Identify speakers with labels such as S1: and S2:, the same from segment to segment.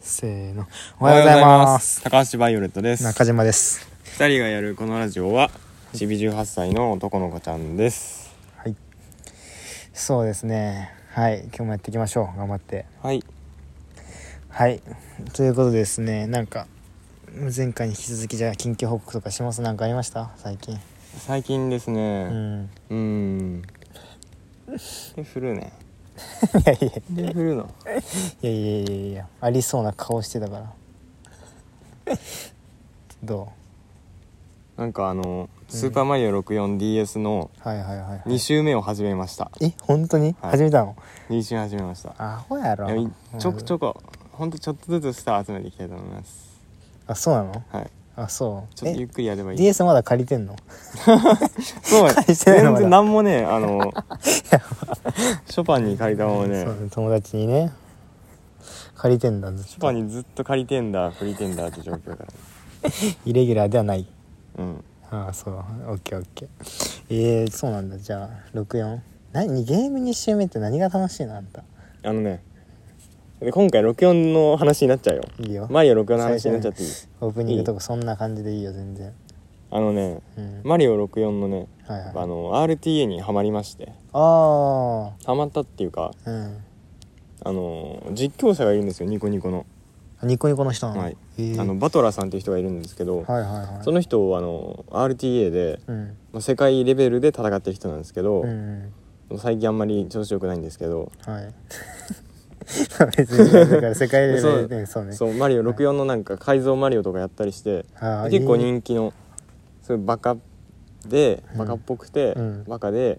S1: せーの。お
S2: お
S1: はようございます。
S2: 高橋バイオレットです
S1: 中島です。
S2: 二人がやるこのラジオはちび18歳の男の子ちゃんです
S1: はい。そうですね。はい。今日もやっていきましょう。頑張って。
S2: はい
S1: はい。ということでですね、なんか、前回に引き続きじゃあ、緊急報告とかしますなんかありました最近。
S2: 最近です
S1: うん。
S2: ねうーん手振るね
S1: いやいやい
S2: 手振るの
S1: やいやいやいや、ありそうな顔してたから。 ど
S2: なんかあの「スーパーマリオ 64DS」の
S1: うはいはいはいはい。
S2: 2周目を始めました
S1: え、本当に、
S2: はい
S1: 始めたの
S2: 2周始めました
S1: アホやろ
S2: いや。ちょくち
S1: ょ
S2: ょこほんとちょっとずつスター集めていきたいと思います
S1: あ、そうなの
S2: はい
S1: あ、そう。
S2: ちょっとゆっくりやればいい
S1: DS まだ借りてんの
S2: そう
S1: 返してないのま
S2: 全
S1: だ
S2: 然何もね あのショパンに借りたものね
S1: そうね友達にね借りてんだずっ
S2: ショ
S1: と
S2: パンにずっと借りてんだ借りてんだって状況だから
S1: イレギュラーではない
S2: うん
S1: ああそうオッケーオッケーえー、そうなんだじゃあ64何ゲーム2周目って何が楽しいのあんた
S2: あのねで今回64の話になっちゃうよ
S1: いいよ
S2: マリオ64の話になっちゃっていい
S1: オープニングとかそんな感じでいいよ全然
S2: あのね
S1: うん、
S2: マリオ64のね
S1: はい
S2: あ
S1: はい
S2: の RTA にはまりまして
S1: あ
S2: はまったっていうか
S1: あうん
S2: あの実況者がいるんですよニコニコの,、
S1: あニコニコの人なの、
S2: はい
S1: えー
S2: あのバトラーさんっていう人がいるんですけ
S1: は
S2: ど、
S1: いはいはい
S2: その人をあの RTA で
S1: うん
S2: まあ世界レベルで戦ってる人なんですけど、
S1: うんうん
S2: 最近あんまり調子良くないんですけど、
S1: はい 別にだから世界レベルでそうね
S2: そうマリオ64のなんか改造マリオとかやったりして、
S1: ああ
S2: 結構
S1: いい
S2: 人気のそういうバカで
S1: うん
S2: バカっぽくて、
S1: うん
S2: バカで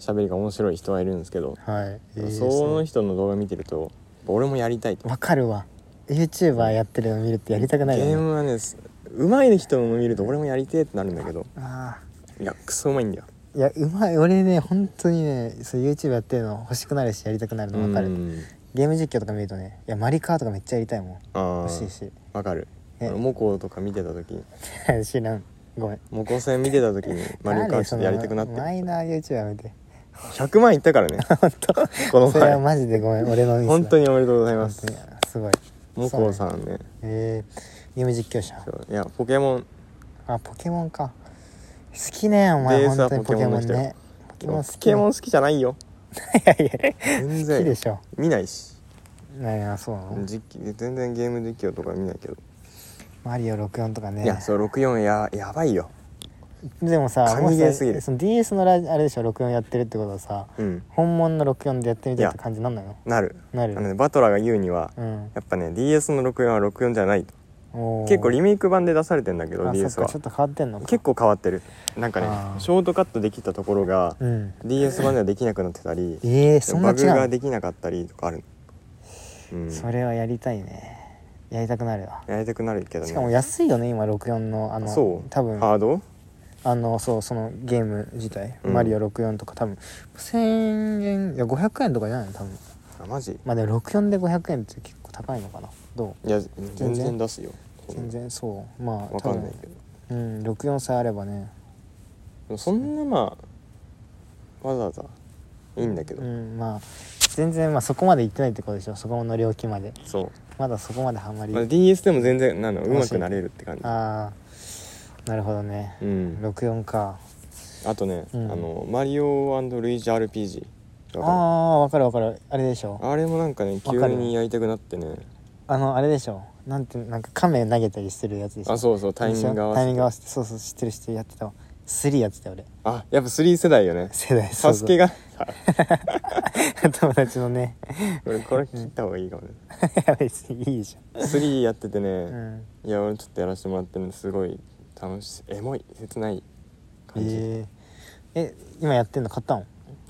S2: 喋りが面白い人はいるんですけど、
S1: はい、えー
S2: その人の動画見てると俺もやりたいと
S1: わかるわ YouTuber やってるの見るってやりたくないよね
S2: ゲームはねす上手い人の見ると俺もやりてえってなるんだけど
S1: あ
S2: いやクソうまいんだよ
S1: あいやうまい俺ね本当にねそう YouTube やってるの欲しくなるしやりたくなるのわかる
S2: うん
S1: ゲーム実況とか見るとねいやマリカーとかめっちゃやりたいもん
S2: あ
S1: 欲しい
S2: あ
S1: し
S2: わかる
S1: ね
S2: あのモコとか見てた時
S1: 知らんごめん
S2: モコ戦見てた時にマリオカートやりたくなって
S1: 誰そのマイナー YouTuber やめて
S2: 100万いった からねこの
S1: それは
S2: 前
S1: マジでごめん俺のミスだ
S2: 本当におめでとうございま
S1: 本
S2: す
S1: 当にすごい
S2: モコさんね
S1: えー、ゲーム実況者
S2: そういやポケモン
S1: あポケモンか好きねお前
S2: DS
S1: 本当にポケモン
S2: は
S1: ねポケモン好
S2: ポ
S1: きね
S2: ケモン好きじゃないよ
S1: いやいや
S2: 全
S1: 好きで
S2: 然
S1: しょ
S2: 見ないし
S1: 何やそうなの、
S2: 実機全然ゲーム実況とか見ないけど、
S1: マリオ64とかね
S2: いやそう64ややばいよ
S1: でもさ
S2: 神ゲーすぎる
S1: もしさその DS のラジあれでしょ64やってるってことはさ
S2: うん
S1: 本物の64でやってみたいって感じなんだよ
S2: なる
S1: な
S2: あ
S1: る
S2: の、ね、バトラーが言うには
S1: うん
S2: やっぱね DS の64は64じゃないと
S1: おー
S2: 結構リメイク版で出されてんだけど
S1: あ
S2: DS
S1: そっ
S2: は
S1: かちょっと変わってんのか
S2: 結構変わってるなんか
S1: あー
S2: ねショートカットできたところが
S1: うん
S2: DS 版ではできなくなってたり
S1: ええそんな
S2: バグ
S1: 違
S2: が
S1: うの
S2: できなかったりとかあるうん
S1: それはやりたいねやりたくなるわ
S2: やりたくなるけどね
S1: しかも安いよね今64のあの
S2: そう
S1: 多分
S2: ハード
S1: あのそうそのゲーム自体、
S2: うん
S1: マリオ64とか多分1000円いや500円とかじゃないの多分
S2: あマジ
S1: まあでも64で500円って結構高いのかなど
S2: いや
S1: 然
S2: 全然出すよ
S1: う全然そうまあ
S2: わかんないけど
S1: 多分うん64さえあればね
S2: でもそんなまあわざわざいいんだけど、
S1: うんまあ全然まあそこまで行ってないってことでしょそこの料金まで
S2: そ
S1: まだそこまでハマ
S2: う、
S1: り、
S2: まあ、DS でも全然なのう
S1: 楽しい
S2: まくなれるって感じ
S1: ああなるほどね、
S2: うん
S1: 64か
S2: あとね、
S1: うん
S2: あのマリオルイージ RPG
S1: あ
S2: あ
S1: あわかるわかるあれでしょあ
S2: あれもなんかね
S1: わ
S2: 急
S1: かる
S2: にやりたくなってね
S1: のあれでしょなんてなんか亀投げたりしてるやつでしょ
S2: あそうそうタイミング合わ
S1: タイ
S2: せ
S1: ミン
S2: て
S1: グ合わせてそうそう知ってる知ってるやってたわ3やってたよ俺
S2: あやっぱ3世代よね
S1: 世代そ
S2: サ
S1: う
S2: ス
S1: そう
S2: ケが
S1: 友達のね
S2: これこれ切った方がいいかもね
S1: 別にいいじ
S2: 3やっててね、
S1: ゃん、うん、
S2: いや俺ちょっとやらせてもらってるんですごい楽しいエモい切ない感じ、
S1: えー、え今やってんの買ったの
S2: い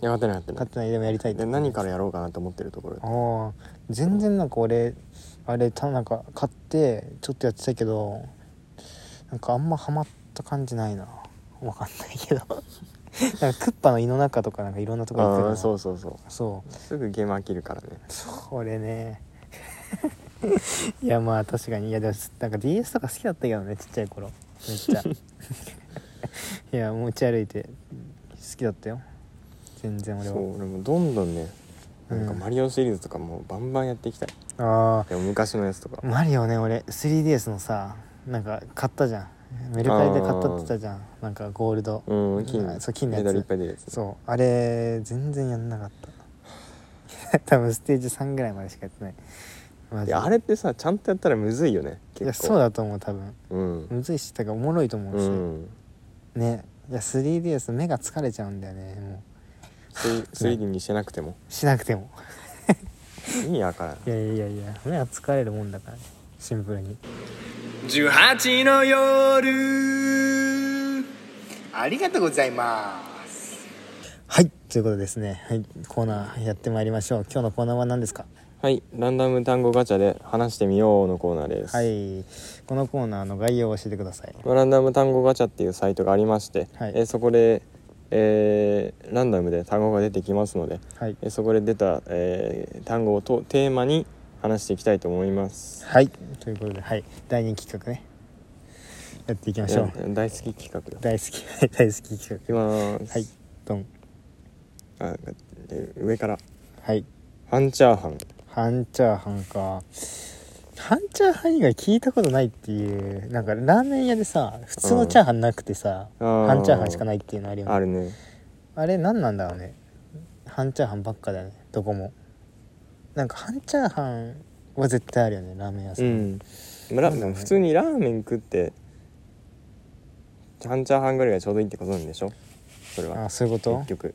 S2: や勝てない勝
S1: 買っててないでもやりたい
S2: ない
S1: って
S2: で何からやろうかなと思ってるところ
S1: ああ全然なんか俺あれたなんか買ってちょっとやってたけどなんかあんまハマった感じないなわかんないけど なんかクッパの胃の中とかなんかいろんなとこ行く
S2: あ
S1: の
S2: あそう
S1: そ
S2: そうそう
S1: うそ
S2: すぐゲーム飽きるからね
S1: 俺ね いやまあ確かにいやでもなんか DS とか好きだったけどねちっちゃい頃めっ ちゃいや持ち歩いて好きだったよ全然俺
S2: そ
S1: は
S2: う俺もどんどんねなんか
S1: うん
S2: マリオシリーズとかもうバンバンやっていきたい、
S1: あ
S2: でも昔のやつとか
S1: あマリオね俺 3DS のさなんか買ったじゃんメルカリで買ったって言ったじゃんなんかゴールド、
S2: うん金
S1: うんそう金のやつ
S2: メダルいっぱい出るやつ
S1: そうあれ全然やんなかった 多分ステージ3ぐらいまでしかやってないマジ
S2: い
S1: で
S2: やあれってさちゃんとやったらむずいよね結構
S1: いやそうだと思う多分
S2: うん、
S1: むずいしだからおもろいと思う
S2: う
S1: し、
S2: ん、
S1: ねいや 3DS 目が疲れちゃうんだよねも
S2: 3- 3D にしてなくても
S1: うしなくても
S2: 意味わからん
S1: いやいやいや目が疲れるもんだからねシンプルに
S3: 18の夜ありがとうございます
S1: はいということですねはいコーナーやってまいりましょう今日のコーナーは何ですか
S2: はいランダム単語ガチャで話してみようのコーナーです、
S1: はいこのコーナーの概要を教えてください
S2: まあランダム単語ガチャっていうサイトがありまして、
S1: はい
S2: えーそこで、えーランダムで単語が出てきますので、
S1: はい
S2: えーそこで出た、えー単語をとテーマに話していきたいと思います
S1: はいということではい第2企画ねやっていきましょう
S2: いや大好き企画だ
S1: 大好き 大好き企
S2: いきます
S1: 画はいドン
S2: あえー上から
S1: はい
S2: 半チャーハン
S1: 半チャーハンか半チャーハン以外聞いたことないっていうなんかラーメン屋でさ普通のチャーハンなくてさ、
S2: あー
S1: 半チャーハンしかないっていうのあるよね
S2: あるね
S1: あれ何なんだろうね半チャーハンばっかだよねどこもなんか半チャーハンは絶対あるよねラーメン屋さ、
S2: うんん、まあラ
S1: そうだね
S2: 普通にラーメン食って半チャーハンぐらいがちょうどいいってことなんでしょそれ
S1: あ
S2: は
S1: あそういうこと
S2: 結局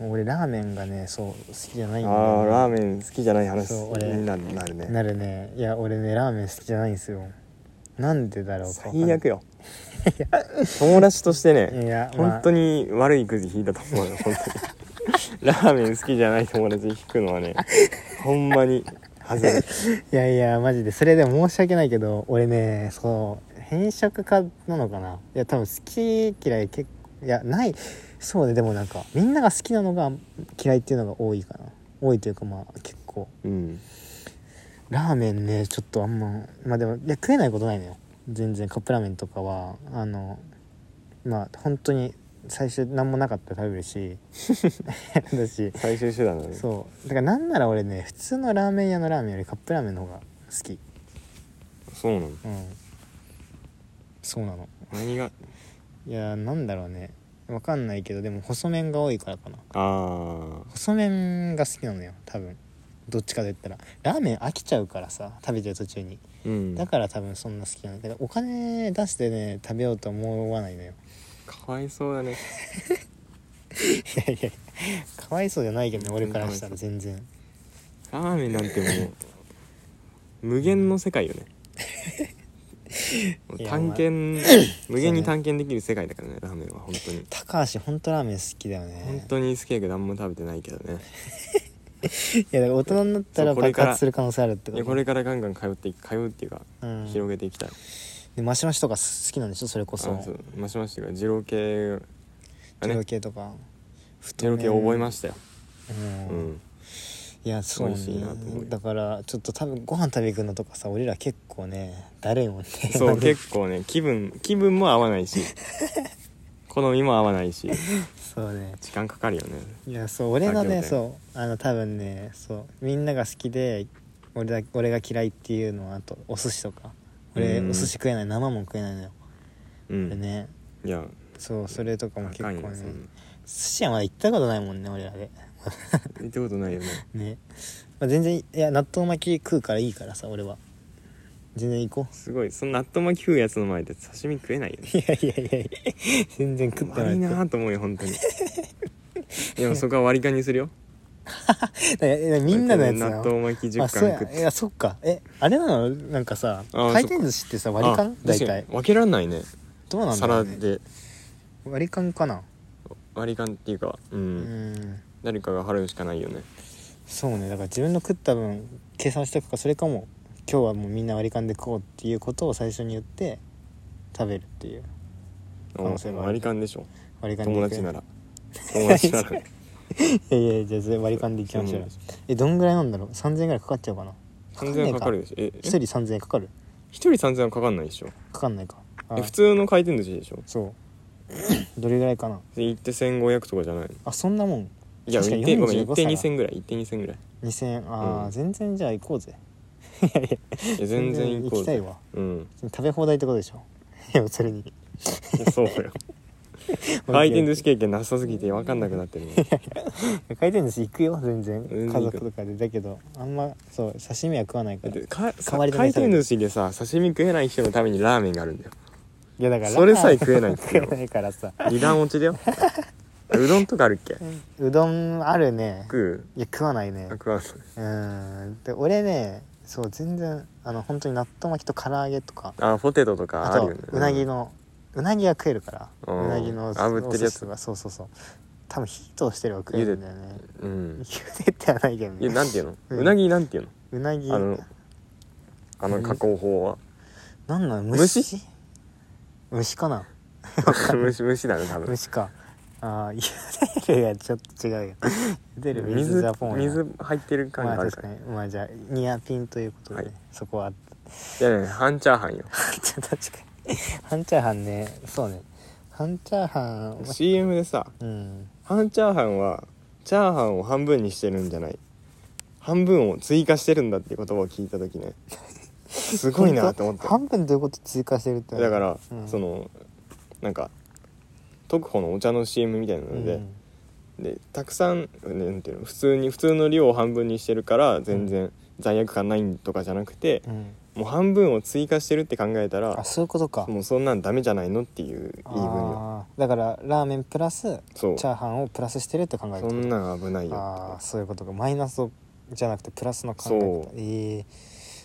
S1: もう俺ラーメンがねそう好きじゃないん
S2: あ
S1: だよね
S2: ーラーメン好きじゃない話
S1: そう俺
S2: にななるね
S1: なるねいや俺ねラーメン好きじゃないんですよなんでだろうかわかん
S2: 最
S1: ない
S2: 悪よ 友達として
S1: い
S2: ね
S1: や、まあ
S2: 本当に悪いくじ引いたと思うよ 本当にラーメン好きじゃない友達引くの はねほんまに外れる
S1: いやいやマジでそれでも申し訳ないけど俺ねそう偏食家なのかないや多分好き嫌い結構いやないそうねでもなんかみんなが好きなのが嫌いっていうのが多いかな多いというかまあ結構
S2: うん
S1: ラーメンねちょっとあんままあでもいや食えないことないのよ全然カップラーメンとかはあのまあ本当に最初何もなかったら食べるしだし
S2: 最終手段だね
S1: そうだからなんなら俺ね普通のラーメン屋のラーメンよりカップラーメンの方が好き
S2: そうなの
S1: うんそうなの
S2: 何が
S1: いやなんだろうねわかんないけどでも細麺が多いからかな
S2: あ
S1: 細麺が好きなのよ多分どっちかと言ったらラーメン飽きちゃうからさ食べてる途中に
S2: ーうん
S1: だから多分そんな好きなのだからお金出してね食べようとは思わ ないのよ
S2: かわいそうだね
S1: いやいやかわいそうじゃないけどね俺からしたら全然
S2: ラーメンなんてもう無限の世界よねもう
S1: いや
S2: 探検無限に探検できる世界だからねラーメンは本当に
S1: 高橋ほんとラーメン好きだよね
S2: 本当に好きやけどあんま食べてないけどね
S1: いやだから大人になったら
S2: そうこれ
S1: 爆
S2: から
S1: 発する可能性あるって
S2: い
S1: こ
S2: や
S1: と
S2: これからガンガン通っていく通うっていうか、
S1: うん
S2: 広げていきたい
S1: でマシマシとか好きなんでしょそれこそ
S2: あそうマシマシというか二郎系あ
S1: 二
S2: ね
S1: 郎系とか
S2: 二郎系覚えましたよ、
S1: うん
S2: うん、
S1: いやそうね
S2: 美味しいなと思うよ
S1: だからちょっと多分ご飯食べ行くのとかさ俺ら結構ねだるいもんね
S2: そう
S1: マジで
S2: 結構ね気分気分も合わ ないし好みも合わないし
S1: そうね
S2: 時間かかるよね
S1: いやそう俺のね
S2: 作業
S1: そうあの多分ねそうみんなが好きで俺だ俺が嫌いっていうのはあとお寿司とか俺
S2: うん
S1: お寿司食えない生もん食えないのよ、
S2: う
S1: で
S2: ん、
S1: ね
S2: いや
S1: そうそれとかも結構
S2: 高い
S1: ね
S2: よそんな
S1: 寿司屋まだ行ったことないもんね俺らで
S2: 見たことないよね
S1: ね、まあ、全然いや納豆巻き食うからいいからさ俺は全然行こ
S2: すごいその納豆巻き食うやつの前で刺身食えないよね
S1: う いやいやいやいや全然食って
S2: 悪い
S1: ない
S2: なーと思うよ本 当にでもそこは割り勘にするよ
S1: みんなのやつな
S2: 納豆巻き10
S1: あ
S2: 貫
S1: そうや
S2: 食っ
S1: い
S2: て
S1: やそっかえあれなのなんかさ
S2: あ
S1: 回転寿司ってさ割り
S2: あ
S1: 勘大
S2: 確か
S1: 体
S2: に分けらんないね
S1: どうなんだろ
S2: 皿
S1: う、ね、
S2: で
S1: 割り勘かな
S2: 割り勘っていうかうん、
S1: うん
S2: 誰かが払うしかないよね
S1: そうねだから自分の食った分計算しておくかそれかも今日はもうみんな割り勘で食おうっていうことを最初に言って食べるっていう可能性もある
S2: 割り勘でしょ
S1: 割り勘で
S2: 友
S1: 行く
S2: 達なら友達なら
S1: いやいやじゃあそれ割り勘でいきましょうよえどんぐらいなんだろう3000円ぐらいかかっちゃうかな
S2: 3000円かかるでしょえ
S1: 1人3000円かかる
S2: 一人3000円かかんないでしょ
S1: かかんないかあ
S2: え普通の回転寿司でしょ
S1: そう どれぐらいかな
S2: で行って1500とかじゃないの
S1: あそんなもん
S2: いや
S1: 確かに
S2: 行ってごめん
S1: 45
S2: 行って
S1: 皿
S2: 2000ぐらい行って2000ぐらい
S1: 2000ああ、
S2: うん
S1: 全然じゃあ行こうぜ
S2: いや全然行こう
S1: 行きたいわ
S2: うん
S1: 食べ放題ってことでしょ 要するに
S2: そうよ回転寿司経験なさすぎて分かんなくなってるね
S1: 回転寿司行くよ全然
S2: 全然
S1: 家
S2: 行く
S1: 族とかでだけどあんまそう刺身は食わないか
S2: だっ
S1: らい
S2: て
S1: 代わ
S2: か回
S1: りのね
S2: 転寿司でさ刺身食えない人のためにラーメンがあるんだよ
S1: やだから
S2: それさえ食えないって
S1: 食
S2: 言
S1: え
S2: うの
S1: ないからさ
S2: 二段落 ちだようどんとかあるっけ
S1: うどんあるね
S2: 食う
S1: いや食わないね
S2: あ食わん
S1: う
S2: の
S1: んで俺ねそう全然あの本当に納豆巻きと唐揚げとか
S2: あポテトとか
S1: あ
S2: ある
S1: と
S2: よね
S1: うなぎのうなぎは食えるから
S2: うん
S1: うなぎの
S2: 炙ってるやつ
S1: がそうそうそう多分火通してれば食えるんだよね
S2: うん
S1: 茹でてはないけど
S2: いや
S1: ね
S2: なんていうの
S1: うん
S2: うなぎなんていう
S1: うなぎ
S2: のあのあの加工法は
S1: なんなの
S2: 虫
S1: 虫虫かな
S2: 虫虫だね多分
S1: 虫かああ茹でるがちょっと違うよ茹でる水
S2: 水
S1: ジャポンや
S2: 水入ってる感
S1: まあ
S2: がある
S1: 確
S2: か
S1: からに
S2: い
S1: まあじゃあニアピンということで、
S2: はい
S1: そこは
S2: やいや半チャーハンよ
S1: じゃあ確かに半チャーハンねそうね半チャーハ
S2: CM でさ
S1: ンうん
S2: 半チャーハンはチャーハンを半分にしてるんじゃない半分を追加してるんだって言葉を聞いた時ねすごいなって思った
S1: 半分どういうこと追加してるって
S2: だから、
S1: うん
S2: そのなんか特保のお茶の CM みたいなので、
S1: うん
S2: でたくさんなんていうの普通に普通の量を半分にしてるから全然罪悪感ないとかじゃなくて、
S1: うん、
S2: もう半分を追加してるって考えた
S1: あ
S2: ら
S1: そういうことか
S2: もうそんなんダメじゃないのっていう言い分よ
S1: あーだからラーメンプラス
S2: そう
S1: チャーハンをプラスしてるって考え
S2: そ
S1: て
S2: んなん危ないよ
S1: ああ
S2: っ
S1: そういうことかマイナスをじゃなくてプラスの考え
S2: そう
S1: 方ええ
S2: て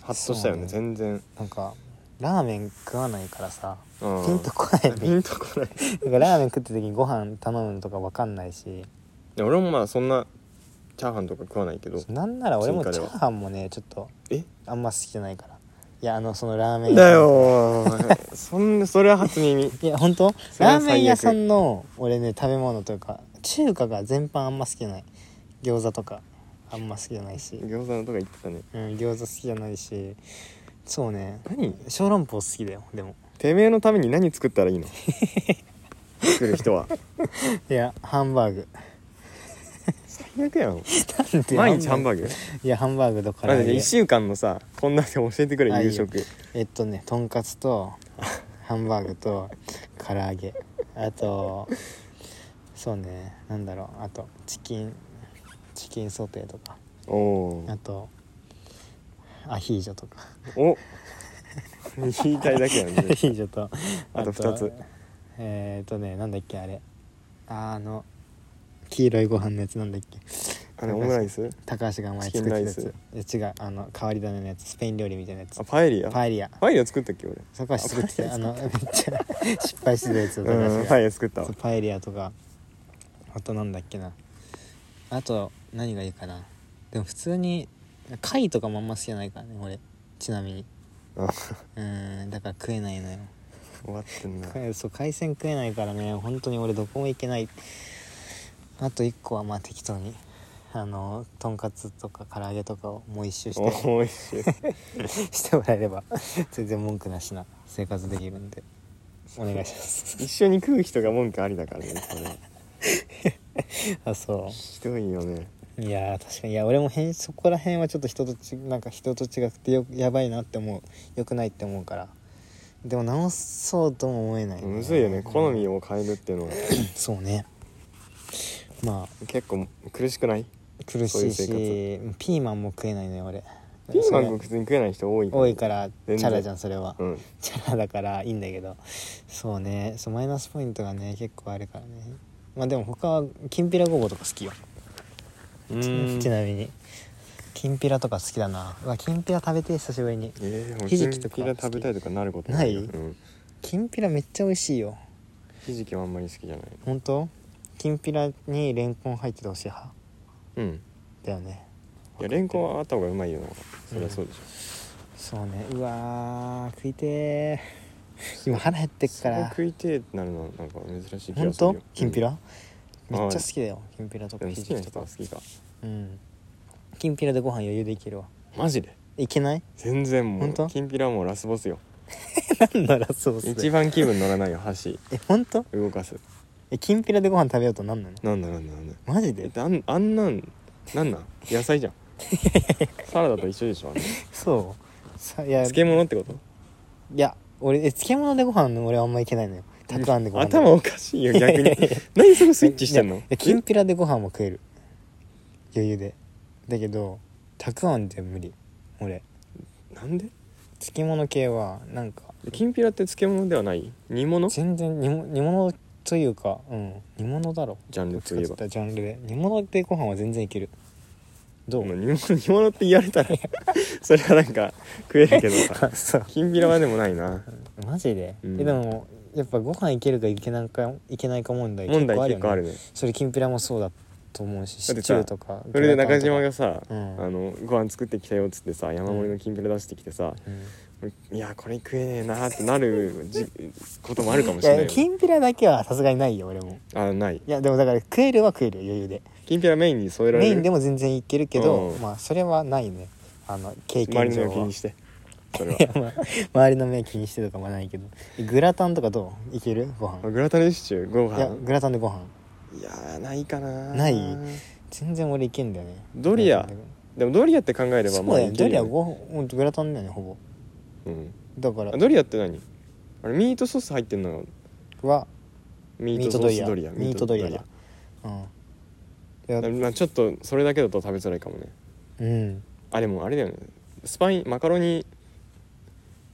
S2: ハッとしたよね
S1: そう
S2: 全然、
S1: なんかラーメン食わないからさ
S2: うん、
S1: ピンとこない
S2: ピ ンとこない
S1: だからラーメン食った時にご飯頼むのとかわかんないし
S2: で俺もまあそんなチャーハンとか食わないけど
S1: なんなら俺もチ
S2: 中華で
S1: ャ
S2: は
S1: ーハンもねちょっと
S2: え
S1: あんま好きじゃないからいやあのそのラーメン屋さん
S2: だよーそんなそれは初耳
S1: いや本当
S2: それ
S1: ラ
S2: は最悪
S1: ーメン屋さんの俺ね食べ物というか中華が全般あんま好きじゃない餃子とかあんま好きじゃないし、
S2: 餃子のとか言ってたね
S1: うん、餃子好きじゃないしそうね
S2: 何
S1: 小籠包好きだよでも
S2: てめえのために何作ったらい いの作る人はい
S1: やハンバ ーグ
S2: 最悪やん
S1: なんで
S2: 毎日ハンバ
S1: ー
S2: ーグ
S1: グいやハンバーグとか
S2: なんで1週間のさこんなんで教えてくれ
S1: あいいよ
S2: 夕食
S1: えっとねとんかつとハンバーグと唐揚げあとそうねなんだろうあとチキンチキンソテーとか
S2: おお
S1: あ
S2: ー
S1: とアヒージョとか
S2: お 言いたいだけやん
S1: ア
S2: ね
S1: ヒージョと
S2: あと二つ
S1: えー、っとねなんだっけあれあの黄色いご飯のやつなんだっけ
S2: あれオムライ ス
S1: 高橋が前
S2: チキ
S1: 作
S2: ン
S1: ってた
S2: ラ
S1: や
S2: イ
S1: ついや違うあの変わり種のやつスペイン料理みたいなやつ
S2: あパエリア
S1: パエリア
S2: パエリア作ったっけ俺
S1: 高橋 作ってたあのめっちゃ失敗してたやつを高
S2: う
S1: 橋
S2: んパ
S1: が
S2: エリア作ったわ
S1: そうパエリアとかあとなんだっけなあと何がいいかなでも普通に貝とかもあんま好きじゃないからね俺ちなみに
S2: あ
S1: うーんだから食えないのよ
S2: 終わってんな
S1: 海そう海鮮食えないからね本当に俺どこも行けないあと1個はまあ適当にあのとんかつとか唐揚げとかをもう一周して
S2: おいしい
S1: してもらえれば全然文句なしな生活できるんでお願いします
S2: 一緒に食う人が文句ありだからねそれ
S1: あそ
S2: ひどいよね
S1: ういやー確かにいや俺もへんそこら辺はちょっと人とちなんか人と違くてよやばいなって思うよくないって思うからでも直そうとも思えないね、
S2: むずいよね好み
S1: を
S2: を変えるっていうのは
S1: そうねまあ
S2: 結構苦しくない
S1: 苦
S2: そうい
S1: し
S2: う
S1: いし
S2: 生
S1: ピーマンも食えないのよ俺
S2: ピーマン
S1: そ
S2: も
S1: れ
S2: 普通に食えない人多い
S1: 多いからチ
S2: 全然
S1: ャラじゃんそれは、
S2: うん
S1: チャラだからいいんだけどそうねそうマイナスポイントがね結構あるからねまあでも他はきんぴらごぼうとか好きよ
S2: うーん
S1: ちなみにきんぴらとか好きだなうわきんぴら食べてえ久しぶりに
S2: えー、もう
S1: ひじきとか
S2: きんぴら食べたいとかなること
S1: ない
S2: うん、
S1: きんぴらめっちゃ美味しいよ
S2: ひじきはあんまり好きじゃない
S1: 本当きんぴらにレンコン入っててほしい派
S2: うん
S1: だよね
S2: いやレンコンはあった方がうまいよなそりゃそうでしょ、
S1: そうねうわー食い てー今腹減ってっ
S2: そ
S1: か
S2: れ
S1: ら
S2: 食いてえってなるのはなんか珍しい気
S1: 本
S2: がするよ
S1: 当きんぴら、
S2: うん
S1: めっちゃ好きだよきんぴらと
S2: で
S1: か
S2: も
S1: ひ
S2: 好
S1: じ
S2: きな
S1: きと
S2: 人
S1: か
S2: は好きか
S1: うんきんぴらでご飯余裕でいけるわ
S2: マジで
S1: いけ ない
S2: 全然も
S1: 本当
S2: うきんぴらはもうラスボスよ
S1: なんならそうっす
S2: 一番気分乗らないよ箸
S1: え本当
S2: 動かす
S1: えきんぴらでご飯食べようとなんなの
S2: なんだなんだなんだ
S1: マジ
S2: え
S1: で
S2: あんあんなんなんなん野菜じゃんサラダと一緒でしょあれ
S1: そうさいやい
S2: 漬物ってこと
S1: や俺え漬物でご飯の俺あんまいけないのよたくあんでご飯
S2: 頭おかしいよ逆に 何そのスイッチしてん
S1: い
S2: の
S1: やきんぴらでご飯も食える余裕でだけどたくあんって無理俺
S2: なんで
S1: 漬物系はなんか
S2: きんぴらって漬物ではない煮物ジ
S1: 全然煮物煮物というかうん煮物だろ
S2: ャン
S1: ど
S2: ル
S1: っち
S2: と
S1: かっ
S2: いえ
S1: つっ
S2: ば
S1: たらジャンルで煮物でご飯は全然いけるど
S2: そう
S1: う
S2: 煮物煮物って言われたら それはなんか食えるけど さ
S1: そう
S2: きんぴらはでもないな
S1: マジで、
S2: うん
S1: えでもやっぱご飯いけるかいけないかいけないか問題
S2: 問
S1: 結
S2: 題
S1: 構あるよ
S2: 結
S1: ね
S2: 構あるね
S1: それきんぴらもそうだと思うし
S2: だっ
S1: シ
S2: てさ
S1: チューとか
S2: それで中
S1: グ
S2: 島
S1: ラタンとか
S2: が
S1: う
S2: さ、
S1: ん
S2: あのご飯作ってきたよっつってさ山盛りのきんぴら出してきてさ、
S1: うん
S2: いやこれ食えねえなーってな るじこともあるかも
S1: い
S2: しれな
S1: や
S2: い
S1: き
S2: よ
S1: んぴらだけはさすがにないよ俺も
S2: あない
S1: いやでもだから食えるは食えるよ余裕で
S2: きんぴらメインに添えられ
S1: メ
S2: る
S1: インでも全然いけるけど、
S2: うん
S1: まあそれはないねあの経
S2: 周
S1: 験
S2: り
S1: 上
S2: の目を気
S1: は
S2: にしてそれ
S1: いや
S2: は
S1: まあ周りの目気にしてとかもないけどグラタンとかどういけるご飯
S2: グラタンシチューご
S1: いや
S2: 飯
S1: グラタンでご飯
S2: いやーないかなー
S1: ない全然俺いけんだよね
S2: ドリア
S1: グ
S2: でもドリアって考え
S1: ラ
S2: れ
S1: タンでそう
S2: ば
S1: だよ
S2: い
S1: ね
S2: け
S1: ド
S2: る
S1: リア
S2: よね
S1: ご飯ほんとグラタンだよねほぼ
S2: うん
S1: だから
S2: あドリアって何あれミートソース入ってんの
S1: は
S2: ミ
S1: ミ
S2: ー
S1: ー
S2: ト
S1: トド
S2: ソー
S1: リ
S2: ス
S1: ア
S2: ドリア
S1: ミートドリアだうんいや
S2: だまあちょっとそれだけだと食べづらいかもね
S1: うん
S2: あでもあれだよねスパインマカロニ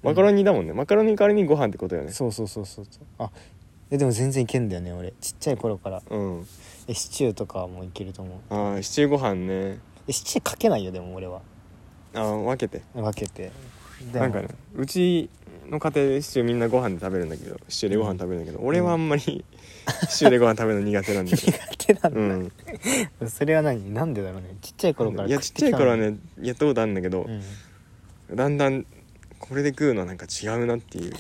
S2: マカロニだもんね、マカロニ代わりにご飯ってことよね
S1: そうそうそうそうそうあえでも全然いけんだよね俺ちっちゃい頃から
S2: うん
S1: えシチューとかもいけると思う
S2: あーシチューご飯ね
S1: えシチューかけないよでも俺は
S2: あー分けて
S1: 分けてでも
S2: なんかねうちの家庭でシチューみんなご飯で食べるんだけどシチューでご飯食べるんだけど、俺は あんまりシチューでご飯食べるの苦手なんだよね
S1: 苦手なんだ、
S2: うん
S1: それは何なんでだろうねちっちゃい頃から
S2: いやちっちゃい頃はねやったことあるんだけ
S1: 食、
S2: ど
S1: ってき
S2: だんだんこれで食うのはなんか違うなっていう、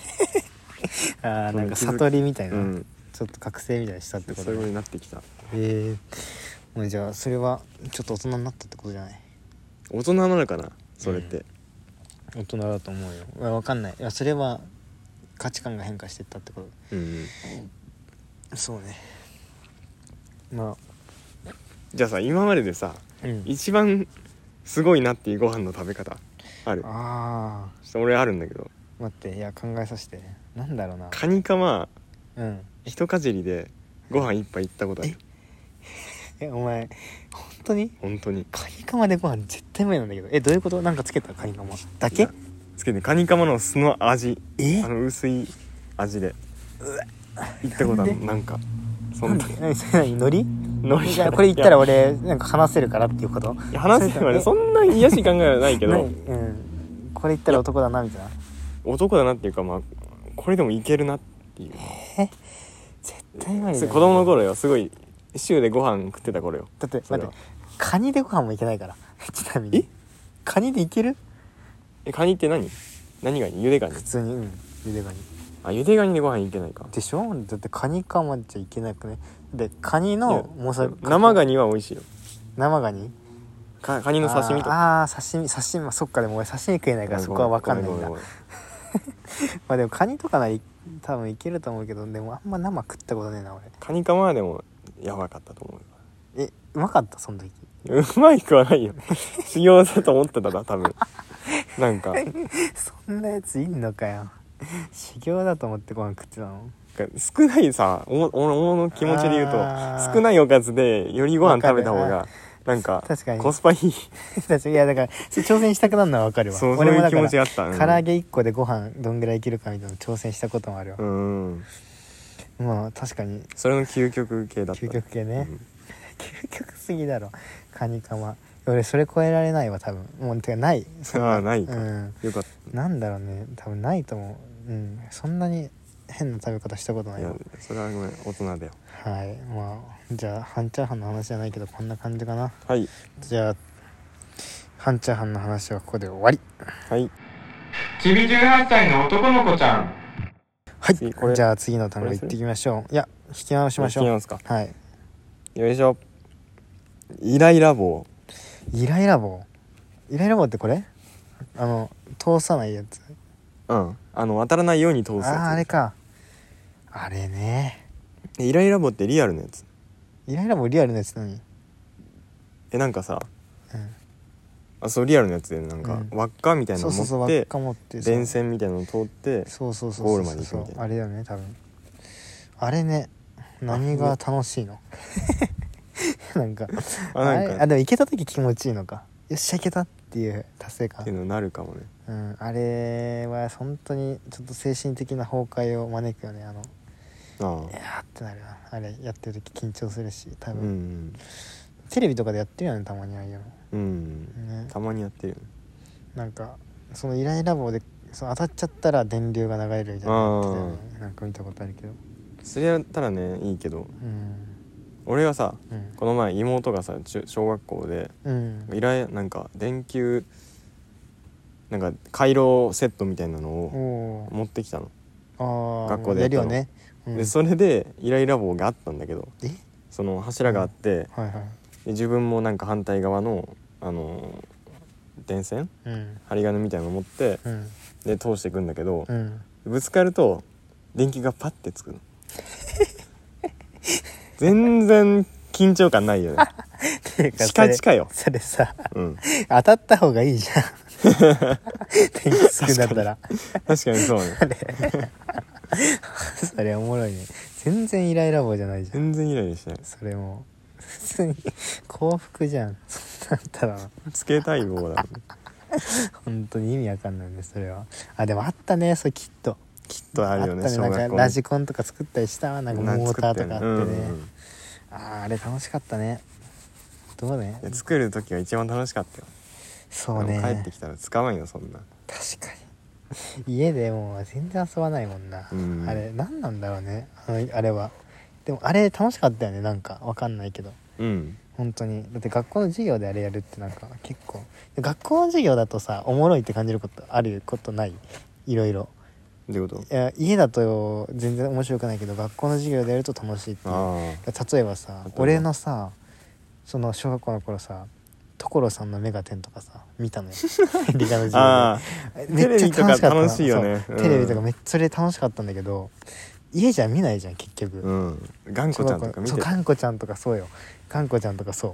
S1: たのうん、あーなんか悟りみたいな、
S2: うん、
S1: ちょっと覚醒みたいにしたってこ
S2: そう
S1: と
S2: いう
S1: ね
S2: ことになってきた
S1: えーもうじゃあそれはちょっと大人になったってことじゃない
S2: 大人なのかなそれって、
S1: 大人だと思うよいやわかんないいやそれは価値観が変化してったってこ
S2: うん
S1: とそうねま
S2: じゃあさ今まででさ
S1: あうん
S2: 一番すごいなっていうご飯の食べ方ある
S1: あ
S2: ちょっと俺あるんだけど
S1: ー待っていや考えさせてなんだろうな
S2: カニカマ
S1: うん
S2: 一かじりでご飯一杯いったことある
S1: えお前本当に
S2: 本当に
S1: カニカマでご飯絶対無理なんだけどえどういうことなんかつけたカニカマだ
S2: い
S1: け
S2: やつけてカニカマの酢の味
S1: え
S2: あの薄い味でいったことあるなんかそ
S1: なんん
S2: な
S1: で何それ何ノリ
S2: ノリ
S1: い
S2: じゃな
S1: や
S2: い
S1: これ言ったら俺なんか話せるからっていうこと
S2: いや話せばねそんなに癒やしい考え はないけ
S1: 何
S2: ど
S1: うんこれ言ったら男だなみたいな
S2: 男だなっていうかまあこれでもいけるなっていう
S1: 絶対無理だよ
S2: 子供の頃よすごい週でご飯食ってた頃よ
S1: だって
S2: それ
S1: 待っ
S2: は
S1: てカニでご飯もいけないから ちなみにカニでいける
S2: えカニって何何がいいゆでガニ
S1: 普通にうんゆでガニ
S2: あゆでガニでご飯いけないか
S1: でしょだってカニかまっちゃいけなくねでカニ
S2: い
S1: の
S2: や
S1: もさ
S2: 生ガニは美味しいよ
S1: 生ガニ
S2: かカニの刺身とか
S1: あーあー刺身刺身まあそっかでも俺刺身食えないからそこは分かんないんだ
S2: ごめ
S1: ま
S2: ごめごめご
S1: あでもカニとかならい多分いけると思うけどでもあんま生食ったことねえな
S2: めカニカマはでもやばかったと思う
S1: 俺えうまかったその時
S2: ようまいくはな いよ修行だと思ってたな多分なんか
S1: そんなやついんのかよ 修行だと思ってご飯食ってたの
S2: 少ないさおもおのおの気持ちで言うと
S1: あー
S2: 少ないおかずでよりご飯食べた方がなんか
S1: 確かに
S2: コスパいい
S1: 確かにいやだからそれ挑戦したくなるのは分かるわ
S2: そうそう
S1: 俺も
S2: いう
S1: だ
S2: 気
S1: か
S2: 持
S1: ら
S2: ちがあったうん
S1: 唐揚げ1個でご飯どんぐらいいけるかみたいなの挑戦したこともあるわ
S2: う、ん
S1: まあ確かに
S2: それの究極系だった
S1: 究極系ね、
S2: うん
S1: 究極すぎだろカニカマ俺それ超えられないわ多分もうてかないそん
S2: あーない
S1: う
S2: か
S1: ん、
S2: よかっ
S1: なんだろうね多分ないと思ううんそんなに変な食べ方したこと
S2: た
S1: ないい
S2: や
S1: わ
S2: それはごめん大人だよ
S1: はいまあじゃあ半チャーハンの話じゃないけどこんな感じかな
S2: はい
S1: じゃあ半チャーハンの話はここで終わり
S2: はい
S4: ちび18歳の男の子ちゃん。
S1: はい
S2: 次これ
S1: じゃあ次の単語いってきましょういや引き直しましょ
S2: 引き
S1: う
S2: ますか
S1: はい
S2: よいしょイライラ棒
S1: イライラ棒イライラ棒ってこれあの通さないやつ
S2: うんあの渡らないように通すやつ
S1: あああれかあれね
S2: でイライラ棒ってリアルなやつ
S1: イライラ棒リアルなやつ何
S2: えなんかさ、
S1: うん
S2: あそうリアルなやつでなんか
S1: うん
S2: 輪っかみたいな
S1: そう
S2: の
S1: そうそう
S2: 持っ
S1: 輪ってか持ってそう
S2: 電線みたいなの通って
S1: そうそうそう
S2: ゴー
S1: そ
S2: ル
S1: う
S2: まで
S1: そう
S2: 行くみたいな
S1: あれだよね多分あれね何が楽しいの なんか
S2: あ
S1: あ
S2: な
S1: れ
S2: ん
S1: あ
S2: かっ
S1: でも行けた時気持ちいいのかよっしゃ行けたっていう達成
S2: ていう
S1: 感、
S2: のなるかもね
S1: うん、あれは本当にちょっと精神的な崩壊を招くよねあの
S2: あ
S1: いやーってなるなあれやってる時緊張するし
S2: あ
S1: 多
S2: う
S1: 分、
S2: ん
S1: テレビとかでやってるよねたまにああいう
S2: うん、う
S1: の
S2: ん、
S1: ね
S2: たまにやってるよね
S1: なんかそのイライラ棒でその当たっちゃったら電流が流れるみたいなのやってたよねなんか見たことあるけど
S2: それやったらねいいけど
S1: うん
S2: 俺はさ
S1: うん
S2: この前妹がさ中小学校で
S1: うん
S2: いらなんか電球なんか回路セットみたいなのを
S1: お
S2: 持ってきたの、
S1: おああ
S2: 学校で
S1: や
S2: や
S1: る
S2: った
S1: よ
S2: の
S1: ね、うん、
S2: でそれでイライラ棒があったんだけど
S1: え
S2: その柱があって、
S1: はいはい
S2: で自分もなんか反対側のあのー電線
S1: うん
S2: 針金みたいなの持って
S1: うん
S2: で通していくんだけど
S1: う、ん
S2: ぶつかると電気がパッてつくの全然緊張感ないよね、チカチカよ
S1: それそれさ
S2: うん、
S1: 当たった方がいい じゃん天気つくんだったら
S2: 確かにそう ね
S1: それおもろいね全然イライラ棒じゃないじゃん
S2: 全然イライラしない
S1: それもう普通に幸福じゃんそんなんだったら
S2: つけたい棒だもんね
S1: 本当に意味わかんないねそれはあでもあったねそれきっと
S2: きっとあるよね
S1: った
S2: 小
S1: ねな
S2: 学
S1: ん
S2: 校
S1: かラジコンとか作ったりしたわなんかモーターとかあってね、
S2: うんうんうん
S1: あーあれ楽しかったねどうね
S2: いや作る時が一番楽しかったよ
S1: そう
S2: で
S1: ね
S2: も帰ってきたら使わんよそんな
S1: 確かに 家でもう全然遊ばないもんな、
S2: うん
S1: あれ何なんだろうねあのあれはでもあれ楽しかったよねなんかわかんないけど
S2: うん
S1: 本当にだって学校の授業であれやるってなんか結構で学校の授業だとさおもろいって感じることあることないいろいろ
S2: ってこと
S1: いや家だと全然面白くないけど学校の授業でやると楽しいっていう
S2: あ
S1: 例えばさ
S2: あとは
S1: 俺のさその小学校の頃さ所さんの『メガテン』とかさ見 たのよ理科の
S2: ああ
S1: 授業
S2: あ
S1: でめっちゃ楽しかったの
S2: テレビとか楽しいよね
S1: そう
S2: うん
S1: テレビとかめっちゃそれ楽しかったんだけど家じゃ見ないじゃん結局、
S2: うん頑
S1: 小
S2: 固ちゃ
S1: 学
S2: ん
S1: 校
S2: とか見て
S1: そうかんこちゃんとかそうよかんこちゃんとかそう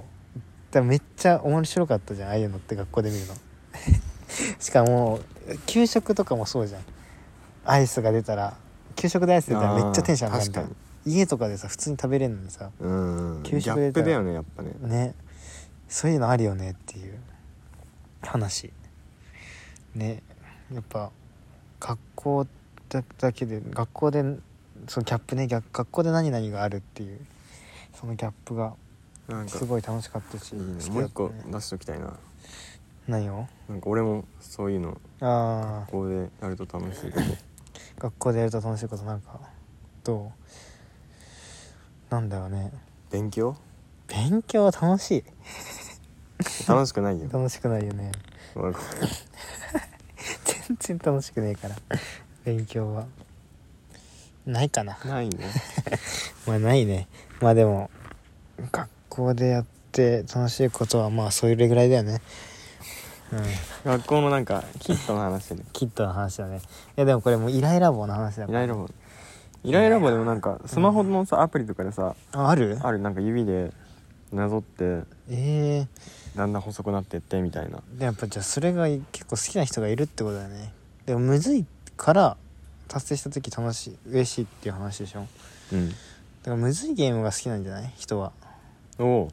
S1: だからめっちゃ面白かったじゃんああいうのって学校で見るの しかも給食とかもそうじゃんアイスが出たら給食でアイス出たらめっちゃテンション上がるんだよ
S2: あー確
S1: 家とかでさ普通に食べれるのにさ
S2: うんギ
S1: 給
S2: ャ
S1: 食で
S2: ップだよねやっぱね
S1: ねそういうのあるよねっていう話ねやっぱ学校だだけで学校でそのギャップね逆学校で何々があるっていうそのギャップが
S2: なんか
S1: すごい楽しかったし
S2: いいね
S1: 好きだった
S2: もう一個
S1: ね
S2: 出しときたいな
S1: 何を
S2: なんか俺もそういうの
S1: ああ
S2: ここでやると楽しい けど
S1: 学校でやると楽しいことなんかどうなんだろうね
S2: 勉強
S1: 勉強は楽しい
S2: 楽しくないよ
S1: 楽しくないよね
S2: 俺
S1: 全然楽しくねえから 勉強はないかな
S2: ないね
S1: まあないねまあでも学校でやって楽しいことはまあそれぐらいだよねうん
S2: 学校のなんかキットの話で
S1: キットの話だねいやでもこれもうイライラ棒の話だ
S2: イ
S1: から
S2: ライラ棒イライラ棒でもなんかスマホのさアプリとかでさ
S1: あある
S2: あるなんか指でなぞって
S1: ええ
S2: だんだん細くなってってみたいな
S1: でやっぱじゃあそれが結構好きな人がいるってことだよねでもむずいから達成した時楽しい嬉しいっていう話でしょだ
S2: うん
S1: からむずいゲームが好きなんじゃない人は
S2: おお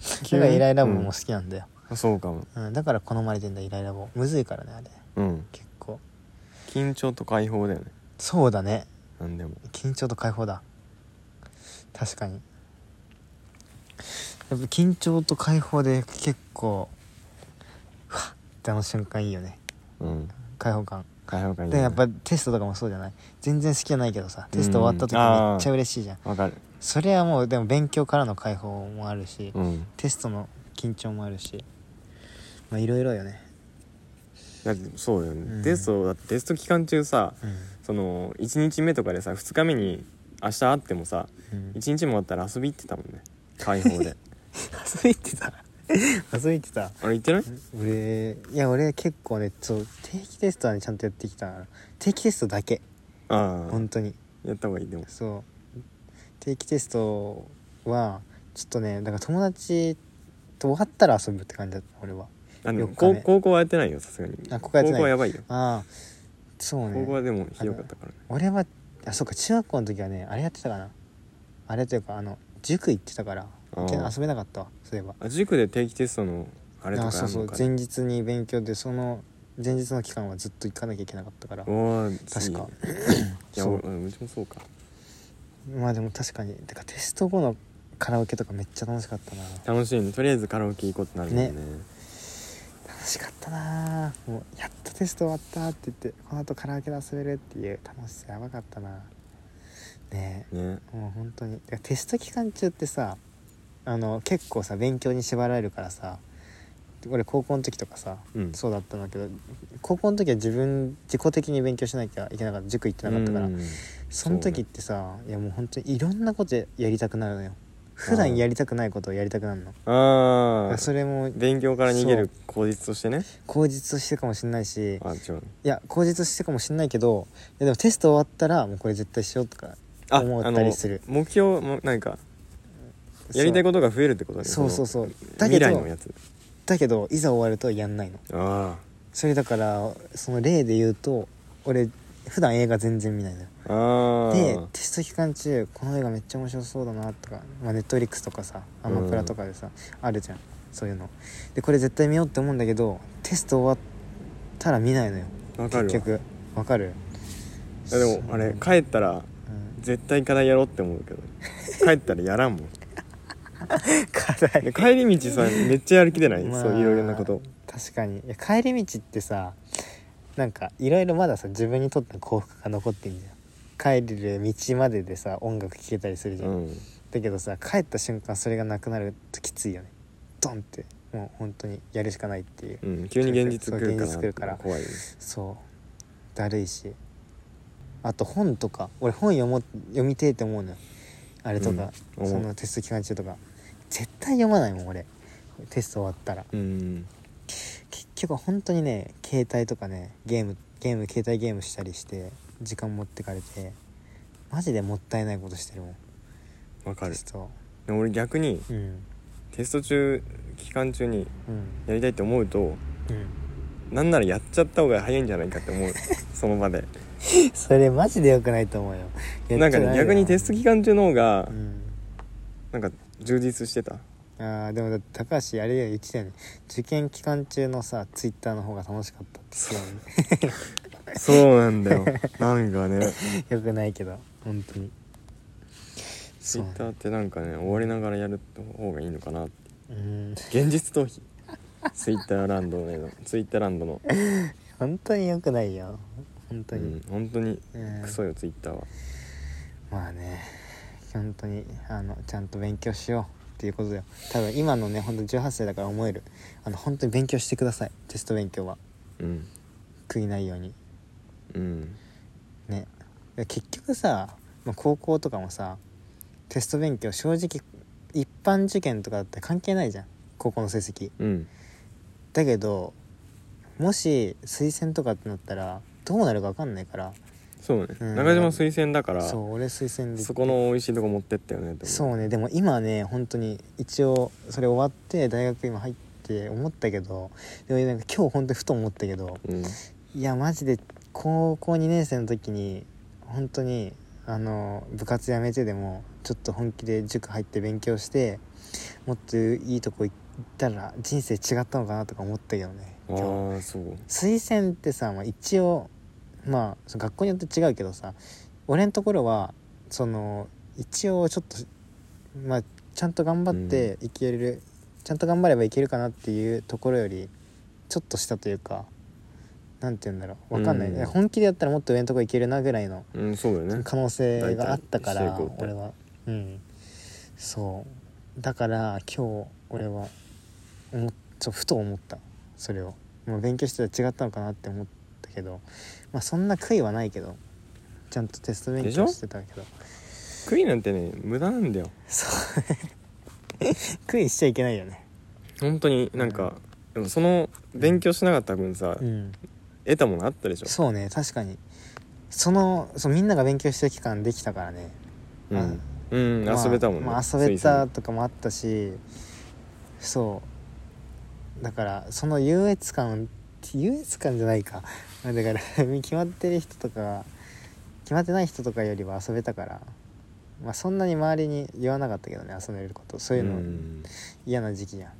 S1: それがイライラ棒も好きなんだよ、
S2: そうかも
S1: うんだから好まれてんだイライラ棒むずいからねあれ
S2: うん
S1: 結構
S2: 緊張と解放だよね
S1: そうだね
S2: なんでも
S1: 緊張と解放だ確かにやっぱ緊張と解放で結構ふわってあの瞬間いいよね
S2: うん
S1: 解放感
S2: 解放感いい
S1: で
S2: よね
S1: やっぱテストとかもそうじゃない全然好きじゃないけどさテスト終わった時
S2: うんあー
S1: めっちゃ嬉しいじゃん
S2: わかる
S1: それはもうでも勉強からの解放もあるし、
S2: うん
S1: テストの緊張もあるしまあいろいろよね
S2: だってそうだよ
S1: うん
S2: ねテストだってテスト期間中さ
S1: う
S2: その1日目とかでさ2日目に明日会ってもさ
S1: ん、 うん、
S2: 1日もあったら遊び行ってたもんね解放
S1: 遊
S2: で
S1: び行って た遊び行ってた
S2: あれ行ってない
S1: 俺いや俺結構ねそう定期テストはねちゃんとやってきたから定期テストだけ
S2: あ
S1: 本当に
S2: あやった方がいいでも
S1: そう定期テストはちょっとねだから友達と終わったら遊ぶって感じだった俺は
S2: あでも
S1: 4日
S2: 高
S1: 目
S2: 高校はやってないよさすがに
S1: あ高校やってない
S2: はやばいよ
S1: ああそう
S2: 高校は
S1: ね
S2: でもひどかったからね
S1: 俺はあそうか中学校の時はねあれやってたかなあれというかあの塾行ってたから
S2: あー
S1: けど遊べなかったわそういえば
S2: あ塾で定期テストのあれとか
S1: あ
S2: や
S1: そう
S2: る
S1: そ
S2: の
S1: う
S2: か
S1: 前
S2: ね
S1: 日に勉強でその前日の期間はずっと行かなきゃいけなかったから
S2: おー
S1: 確か
S2: いいねいや
S1: そう
S2: 俺うんうちもそうか
S1: まあでも確かにてかテスト後のカラオケとかめっちゃ楽しかったな
S2: 楽しいねとりあえずカラオケ行こうってなるもんね
S1: ね楽しかったなもうやっとテスト終わったって言ってこの後カラオケで遊べるっていう楽しさやばかったなね
S2: ね
S1: えもう本当にてかテスト期間中ってさあの結構さ勉強に縛られるからさ俺高校の時とかさ、
S2: うん
S1: そうだったんだけど高校の時は自分自己的に勉強しなきゃいけなかった塾行ってなかったから
S2: うん
S1: その時ってさ、いやもう本当にいろんなことやりたくなるのよ普段やりたくないことをやりたくなるの
S2: ああ
S1: それも
S2: 勉強から逃げる口実としてね
S1: 口実としてかもしんないし
S2: あ違う
S1: いや口実してかもしんないけどいやでもテスト終わったらもうこれ絶対しようとか
S2: あ
S1: 思った
S2: あ
S1: り
S2: の
S1: する
S2: 目標もなんかやりたいことが増えるってことだね
S1: そう
S2: の
S1: そうそうだけ
S2: 未
S1: ど
S2: 来のやつ
S1: だけどいざ終わるとやんないの
S2: あ
S1: それだからその例で言うと俺普段映画全然見ないのよ
S2: あああ
S1: でテスト期間中この映画めっちゃ面白そうだなとかまあネットフリックスとかさアマプラとかでさ、あるじゃんそういうのでこれ絶対見ようって思うんだけどテスト終わったら見ないのよ
S2: わかる
S1: 結
S2: わ
S1: 局わかる
S2: いやでもあれ帰ったら
S1: うん
S2: 絶対課題やろうって思うけど帰ったらやらんもん
S1: 課題
S2: で帰り道さめっちゃやる気出ない、
S1: まあ
S2: そういろいろなこと
S1: 確かにいや帰り道ってさなんかいろいろまださ自分にとっての幸福が残ってんじゃん帰る道まででさ音楽聴けたりするじ
S2: う
S1: ゃん、
S2: ん
S1: だけどさ帰った瞬間それがなくなるときついよねドンってもう本当にやるしかないっていう、
S2: うん、急に現実来るか
S1: そう現
S2: ら
S1: 実来るから
S2: 怖いよね
S1: そうだるいしあと本とか俺本読も読みてえって思うのよあれとか、
S2: うん思
S1: そうのテスト期間中とか絶対読まないもん俺テスト終わったら
S2: うん
S1: 結局本当にね携帯とかねゲームゲーム携帯ゲームしたりして時間持ってかれてマジでもったいないことしてるもん
S2: わかる
S1: テスト
S2: で俺逆に
S1: うん
S2: テスト中期間中に
S1: うん
S2: やりたいって思うと
S1: うん
S2: なんならやっちゃった方が早いんじゃないかって思 うその場で
S1: それマジで良くないと思うよやっ
S2: なんか
S1: ちゃダメだ
S2: ね
S1: よ
S2: 逆にテスト期間中の方が
S1: うん
S2: なんか充実してた
S1: あーでもだって高橋あれだよ言ってたよね受験期間中のさツイッターの方が楽しかったって言って
S2: そうなんだよ なん
S1: たよ
S2: かね
S1: ねよくないけど本当に
S2: ツ
S1: そ
S2: イ
S1: う
S2: ッターってなんかね終わりながらやる方がいいのかなって
S1: うん
S2: 現実逃避ツイッターランドのツイッターランドの、
S1: 本当に良くないよ本
S2: う
S1: 当に
S2: ん、本当に
S1: うん
S2: クソよツイッターは
S1: まあね本当にあのちゃんと勉強しようっていうことだよ多分今のね本当18歳だから思えるあの本当に勉強してくださいテスト勉強は
S2: うん
S1: 悔いないように
S2: うん
S1: ねで結局さ、まあ高校とかもさテスト勉強正直一般受験とかだって関係ないじゃん高校の成績
S2: うん
S1: だけどもし推薦とかってなったらどうなるか分かんないから
S2: そうね、
S1: うん
S2: 中島推薦だから
S1: そ
S2: そう
S1: 俺推薦で
S2: この美味しいとこ持ってったよねって
S1: そうねでも今ね本当に一応それ終わって大学今入って思ったけどでもなんか今日本当にふと思ったけど
S2: う、うん、
S1: いやマジで高校2年生の時に本当にあの部活やめてでもちょっと本気で塾入って勉強してもっといいとこ行ったら人生違ったのかなとか思ったけどね今日
S2: ああそう
S1: 推薦ってさ、まあ、一応まあその学校によって違うけどさ俺のところはその一応ちょっとまあちゃんと頑張っていける、ちゃんと頑張ればいけるかなっていうところよりちょっとしたというかなんて言うんだろうわかんない、
S2: うん
S1: いや本気でやったらもっと上のとこいけるなぐらいの
S2: うんそうだよね
S1: 可能性があったか
S2: 大体
S1: ら
S2: 成功って
S1: 俺はうんそうだから今日俺は思っちょふと思ったそれをもう勉強してたら違ったのかなって思ったけどまあそんな悔いはないけどちゃんとテスト勉
S2: でしょ
S1: 強してたけど
S2: 悔いなんてね無駄なんだよ
S1: そう 悔いしちゃいけないよね
S2: 本当になんか、でもその勉強しなかった分さ、
S1: うん
S2: 得たものあったでしょ
S1: そうね確かにそのそうみんなが勉強してる期間できたからね
S2: う
S1: あ
S2: ん、うん
S1: まあ
S2: 遊べたもんね、
S1: まあ遊べたとかもあったしそだからその優越感優越感じゃないかだから 決まってる人とか決まってない人とかよりは遊べたから、まあ、そんなに周りに言わなかったけどね遊べることそういうの、
S2: ん
S1: 嫌な時期やん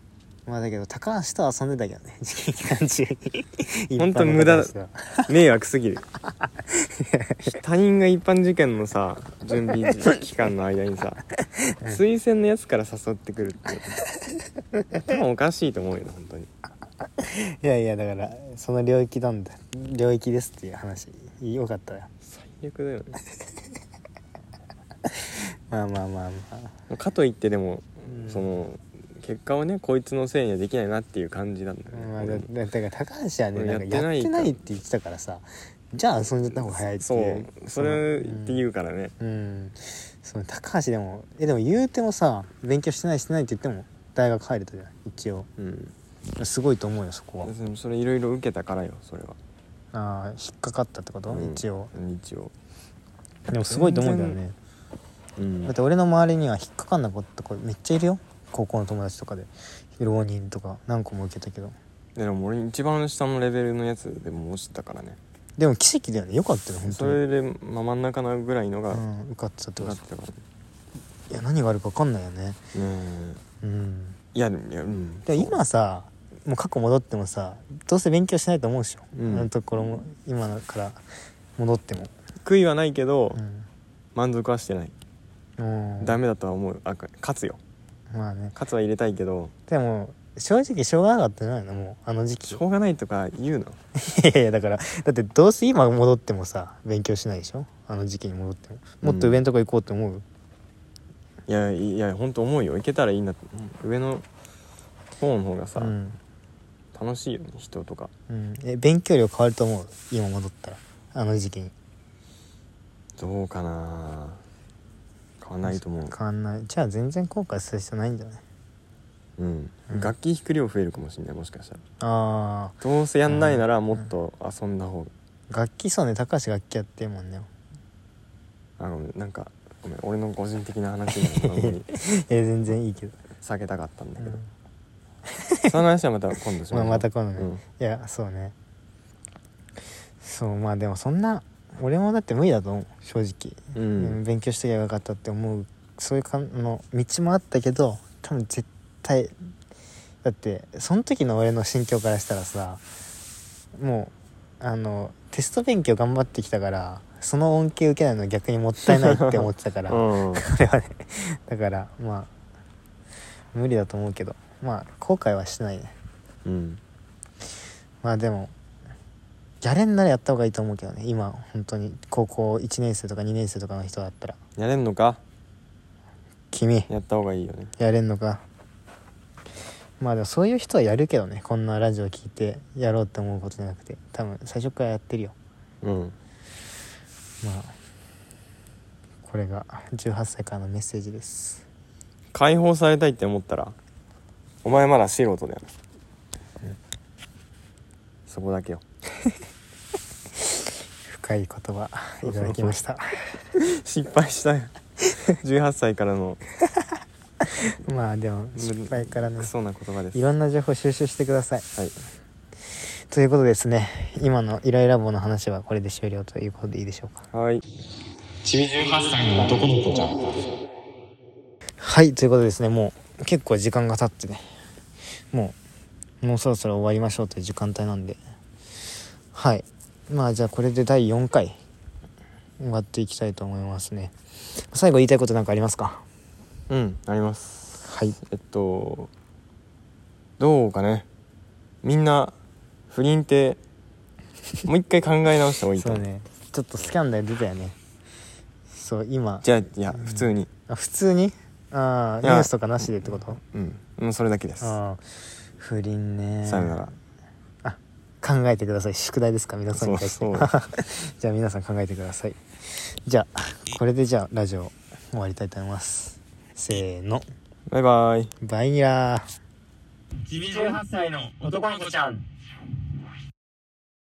S1: まあだけど高橋とは遊んでたけどね 時期期間中 に
S2: ほんと無駄迷惑すぎる他人が一般受験のさ準備期間の間にさ推薦のやつから誘ってくるって頭おかしいと思うよ本当に
S1: いやいやだからその領域なんだ領域ですっていう話よかったよ
S2: 最悪だよね
S1: まあまあまあま
S2: かといってでも、
S1: うん
S2: その結果をねこいつのせいにはできないなっていう感じなんだよ
S1: あ、
S2: ね、
S1: まあ、
S2: 俺
S1: だ
S2: も
S1: だだから高橋はねなんか
S2: やって
S1: や
S2: ない
S1: って
S2: か
S1: ないって言ってたからさじゃあ遊んじゃった方が早いって
S2: そ
S1: いう
S2: うそれって言
S1: う
S2: うからね、
S1: ん、うんその高橋でもえでも言うてもさ勉強してないしてないって言っても大学入れたじゃん一応
S2: うん
S1: すごいと思うよそこは
S2: でもそれいろいろ受けたからよそれは、
S1: ああ引っかかったってこと、
S2: うん
S1: 一応
S2: うん一応
S1: でもすごいと思うんだよね
S2: うん
S1: だって俺の周りには引っかかんなかった子めっちゃいるよ高校の友達とかで浪人とか何個も受けたけど
S2: でも俺一番下のレベルのやつでも落ちたからね
S1: でも奇跡だよねよかったよ本
S2: そ
S1: 当に
S2: れで、まあ、真ん中のぐらいの
S1: う
S2: が
S1: ん、受かってたって
S2: 受
S1: こ
S2: か
S1: と
S2: ってたからね
S1: いや何があるか分かんないよね
S2: うん
S1: うん
S2: いやでもいやうん
S1: でも今さもう過去戻ってもさどうせ勉強しないと思うでしょ、
S2: う
S1: あ
S2: ん
S1: のところも今から戻っても
S2: 悔いはないけど、
S1: うん
S2: 満足はしてない
S1: うん
S2: ダメだとは思うあ勝つよ
S1: まあね
S2: 勝つは入れたいけど
S1: でも正直しょうがなかったんじゃないのもうあの時期
S2: しょうがないとか言うの
S1: いやいやだからだってどうせ今戻ってもさ勉強しないでしょあの時期に戻ってももっと上のとこ行こうって思う、
S2: いやいや本当思うよ行けたらいいんだって上の方の方がさ、
S1: うん
S2: 楽しいよね人とか
S1: うん、え勉強量変わると思う今戻ったらあの時期に
S2: どうかな変わんないと思う
S1: 変わんないじゃあ全然後悔する必要ないんじゃない
S2: うん、
S1: うん
S2: 楽器弾く量増えるかもしれないもしかしたら
S1: あ
S2: どうせやんないならもっと遊んだ方
S1: あ楽器そうね高橋楽器やってるもんね
S2: が、あごめんなんかごめん俺の個人的な話になるのあんま り
S1: え全然いいけど、
S2: 避けたかったんだ
S1: う
S2: けど、
S1: ん
S2: その話はまた今度しましょう
S1: まあまた今度ね
S2: うん
S1: いやそうねそうまあでもそんな俺もだって無理だと思う正直
S2: う
S1: うん
S2: ん、
S1: 勉強してきゃよかったって思うそういうかんあの道もあったけど多分絶対だってその時の俺の心境からしたらさもうあのテスト勉強頑張ってきたからその恩恵受けないのは逆にもったいないって思ってた から、 こ
S2: うん、
S1: れはねだからまあ無理だと思うけどまあ後悔はしないね
S2: うん、
S1: まあでもやれんならやった方がいいと思うけどね今本当に高校1年生とか2年生とかの人だったら
S2: やれんのか
S1: 君
S2: やった方がいいよね
S1: やれんのかまあでもそういう人はやるけどねこんなラジオ聞いてやろうって思うことじゃなくて多分最初からやってるよ
S2: うん
S1: まあこれが18歳からのメッセージです
S2: 解放されたいって思ったらお前まだ素人だよ、そこだけよ
S1: 深い言葉いただきました
S2: 失敗したよ18歳からの
S1: まあでも失敗からね
S2: クソな言葉です
S1: いろんな情報収集してください
S2: はい
S1: ということですね今のイライラ棒の話はこれで終了ということでいいでしょうか
S2: はい
S1: はいということでですねもう結構時間が経ってねもうもうそろそろ終わりましょうという時間帯なんではいまあじゃあこれで第4回終わっていきたいと思いますね最後言いたいことなんかありますか
S2: うんあります
S1: はい
S2: えっとどうかねみんな不倫ってもう一回考え直した方がいいと
S1: そう
S2: 思
S1: ねちょっとスキャンダル出たよねそう今
S2: じゃあいや普通に
S1: あ普通にああ
S2: い
S1: ニ
S2: や
S1: ュースとかなしでってこと
S2: うん、うん、それだけですさ
S1: ああ不倫ね
S2: よなら
S1: 考えてください宿題ですか皆さんに対して
S2: そうそ
S1: じゃあ皆さん考えてくださいじゃあこれでじゃあラジオ終わりたいと思いますせーの
S2: バイバイ
S1: バイヤー
S4: 君18歳の男の子ちゃん